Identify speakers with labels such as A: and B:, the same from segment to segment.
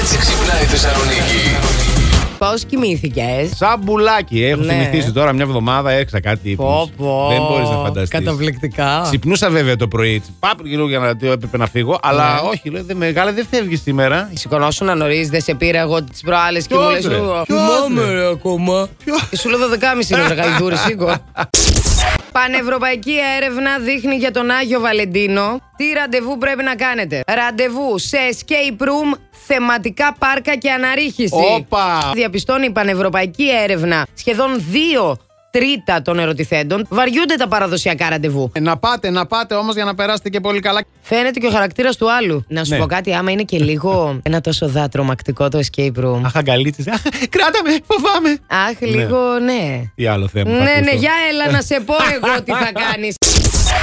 A: έτσι ξυπνάει η Θεσσαλονίκη.
B: Πώς κοιμήθηκες.
C: Σαν μπουλάκι. ε, Έχω
B: Ναι.
C: συνηθίσει τώρα μια εβδομάδα έξα κάτι. ύπνους. Δεν μπορείς να φανταστείς.
B: Καταπληκτικά.
C: Ξυπνούσα βέβαια το πρωί. έτσι, Πάπ λίγο για να το έπρεπε να φύγω. Αλλά
B: Ναι. Ε,
C: όχι, λέω, «Δε μεγάλα δεν φεύγεις σήμερα.
B: Σηκωνόσουν να νωρίς, δεν σε πήρα εγώ τις προάλλες και
C: Ποιος,
B: μου λες.
C: ρε? Ποιος,
B: Θυμάμαι
C: ρε?
B: ρε, ακόμα. Και σου λέω 12.30 είναι ο Ζαγαϊδούρη, σίγουρα. Πανευρωπαϊκή έρευνα δείχνει για τον Άγιο Βαλεντίνο τι ραντεβού πρέπει να κάνετε. Ραντεβού σε escape room, θεματικά πάρκα και αναρρίχηση.
C: Όπα!
B: Διαπιστώνει η πανευρωπαϊκή έρευνα σχεδόν δύο τρίτα των ερωτηθέντων βαριούνται τα παραδοσιακά ραντεβού.
C: Ε, Να πάτε, να πάτε όμως για να περάσετε και πολύ καλά.
B: Φαίνεται και ο χαρακτήρας του άλλου. Να σου
C: Ναι.
B: πω κάτι, άμα είναι και λίγο ένα τόσο δάτρομακτικό το escape room.
C: Αχ, αγκαλίτσε. Κράτα με, φοβάμαι.
B: Αχ, λίγο ναι.
C: Τι άλλο θέμα. θα
B: Ναι, ναι,
C: ακούσω.
B: για έλα να σε πω εγώ τι θα κάνεις.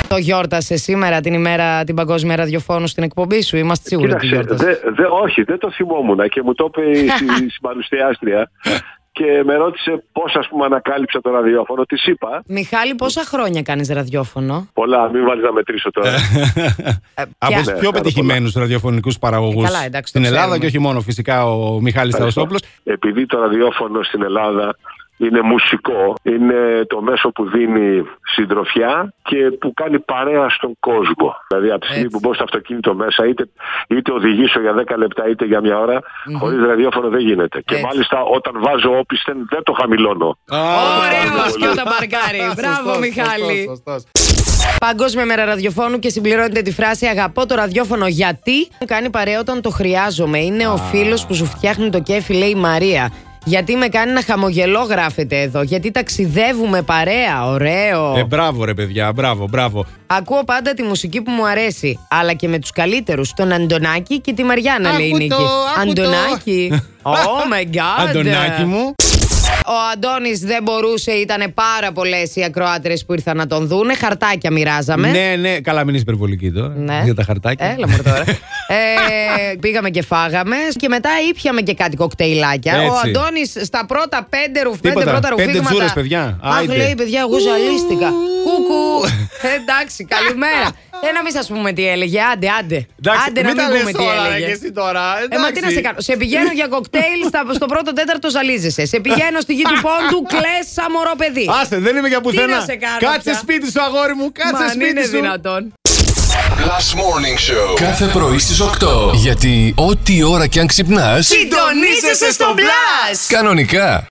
B: Το γιόρτασε σήμερα την ημέρα, την Παγκόσμια Ραδιοφώνου στην εκπομπή σου. Είμαστε σίγουροι ότι
D: Κοίταξε,
B: γιόρτασε.
D: δε- δε- όχι, δεν το θυμόμουν και μου το είπε η συ- η συμπαρουσιάστρια και με ρώτησε πώς ας πούμε ανακάλυψα το ραδιόφωνο. Της είπα,
B: Μιχάλη, πόσα χρόνια κάνεις ραδιόφωνο. Ε,
D: πολλά, μην βάλεις να μετρήσω τώρα.
C: Από
B: πια.
C: τους
D: Ναι,
C: πιο
D: κάνω
C: πετυχημένους ραδιοφωνικούς παραγωγούς
B: Ε, καλά, εντάξει, το
C: στην Ελλάδα
B: ξέρουμε.
C: και όχι μόνο φυσικά ο Μιχάλης Ταοσόπλο.
D: Επειδή το ραδιόφωνο στην Ελλάδα είναι μουσικό, είναι το μέσο που δίνει συντροφιά και που κάνει παρέα στον κόσμο. Δηλαδή από τη στιγμή
B: Έτσι.
D: που μπω στο αυτοκίνητο μέσα, είτε, είτε οδηγήσω για 10 λεπτά είτε για μια ώρα, χωρίς ραδιόφωνο δεν γίνεται.
B: Έτσι.
D: Και μάλιστα όταν βάζω όπισθεν δεν το χαμηλώνω.
B: Ωραίο
D: μπράβο,
B: μα και
D: μπράβο.
B: όταν παρκάρει. Μπράβο, Μιχάλη.
C: Σωστός.
B: Παγκόσμια μέρα ραδιοφώνου και συμπληρώνεται τη φράση Αγαπώ το ραδιόφωνο γιατί μου κάνει παρέα όταν το χρειάζομαι. Είναι ο φίλος που σου φτιάχνει το κέφι, λέει η Μαρία. Γιατί με κάνει να χαμογελώ, γράφεται εδώ. Γιατί ταξιδεύουμε παρέα. Ωραίο.
C: Ε, μπράβο ρε παιδιά, μπράβο, μπράβο.
B: Ακούω πάντα τη μουσική που μου αρέσει. Αλλά και με τους καλύτερους. Τον Αντωνάκη και τη Μαριάννα, λέει η
C: Άκου το,
B: Νίκη.
C: άκου το.
B: Αντωνάκη. Oh my god.
C: Αντωνάκη μου.
B: Ο Αντώνης δεν μπορούσε, ήταν πάρα πολλές οι ακροάτρε που ήρθαν να τον δούνε. Χαρτάκια μοιράζαμε.
C: Ναι, ναι, καλά, μην είσαι υπερβολική τώρα.
B: Ναι.
C: Για τα χαρτάκια.
B: Έλα μου τώρα. ε, πήγαμε και φάγαμε και μετά ήπιαμε και κάτι κοκτέιλάκια.
C: Έτσι.
B: Ο Αντώνης στα πρώτα πέντε, ρουφ, πέντε
C: Τίποτα.
B: πρώτα
C: Πέντε
B: ρουφίγματα.
C: τζούρες, παιδιά.
B: Αχ,
C: Άιντε.
B: λέει παιδιά, εγώ ζαλίστηκα. Κούκου. Εντάξει, καλημέρα. ε, να μην σας πούμε τι έλεγε. Άντε, άντε.
C: Εντάξει,
B: άντε να
C: μην
B: μην
C: τα λες
B: πούμε τι
C: τώρα, ρε,
B: έλεγε.
C: και εσύ τώρα,
B: Ε, μα τι να
C: εντάξει.
B: σε κάνω. Σε πηγαίνω για κοκτέιλ στα- στο πρώτο τέταρτο ζαλίζεσαι. Σε πηγαίνω στη γη του πόντου, κλες σαν μωρό παιδί.
C: Άσε, δεν είμαι για πουθενά.
B: να σε κάνω
C: Κάτσε
B: πια.
C: σπίτι σου, αγόρι μου,
B: Μα
C: κάτσε
B: αν
C: σπίτι
B: είναι
C: σου.
B: δυνατόν.
A: Last Morning Show.
E: Κάθε πρωί στις 8. Γιατί ό,τι ώρα κι αν ξυπνάς,
B: Συντονίζεσαι στο μπλα!
E: κανονικά.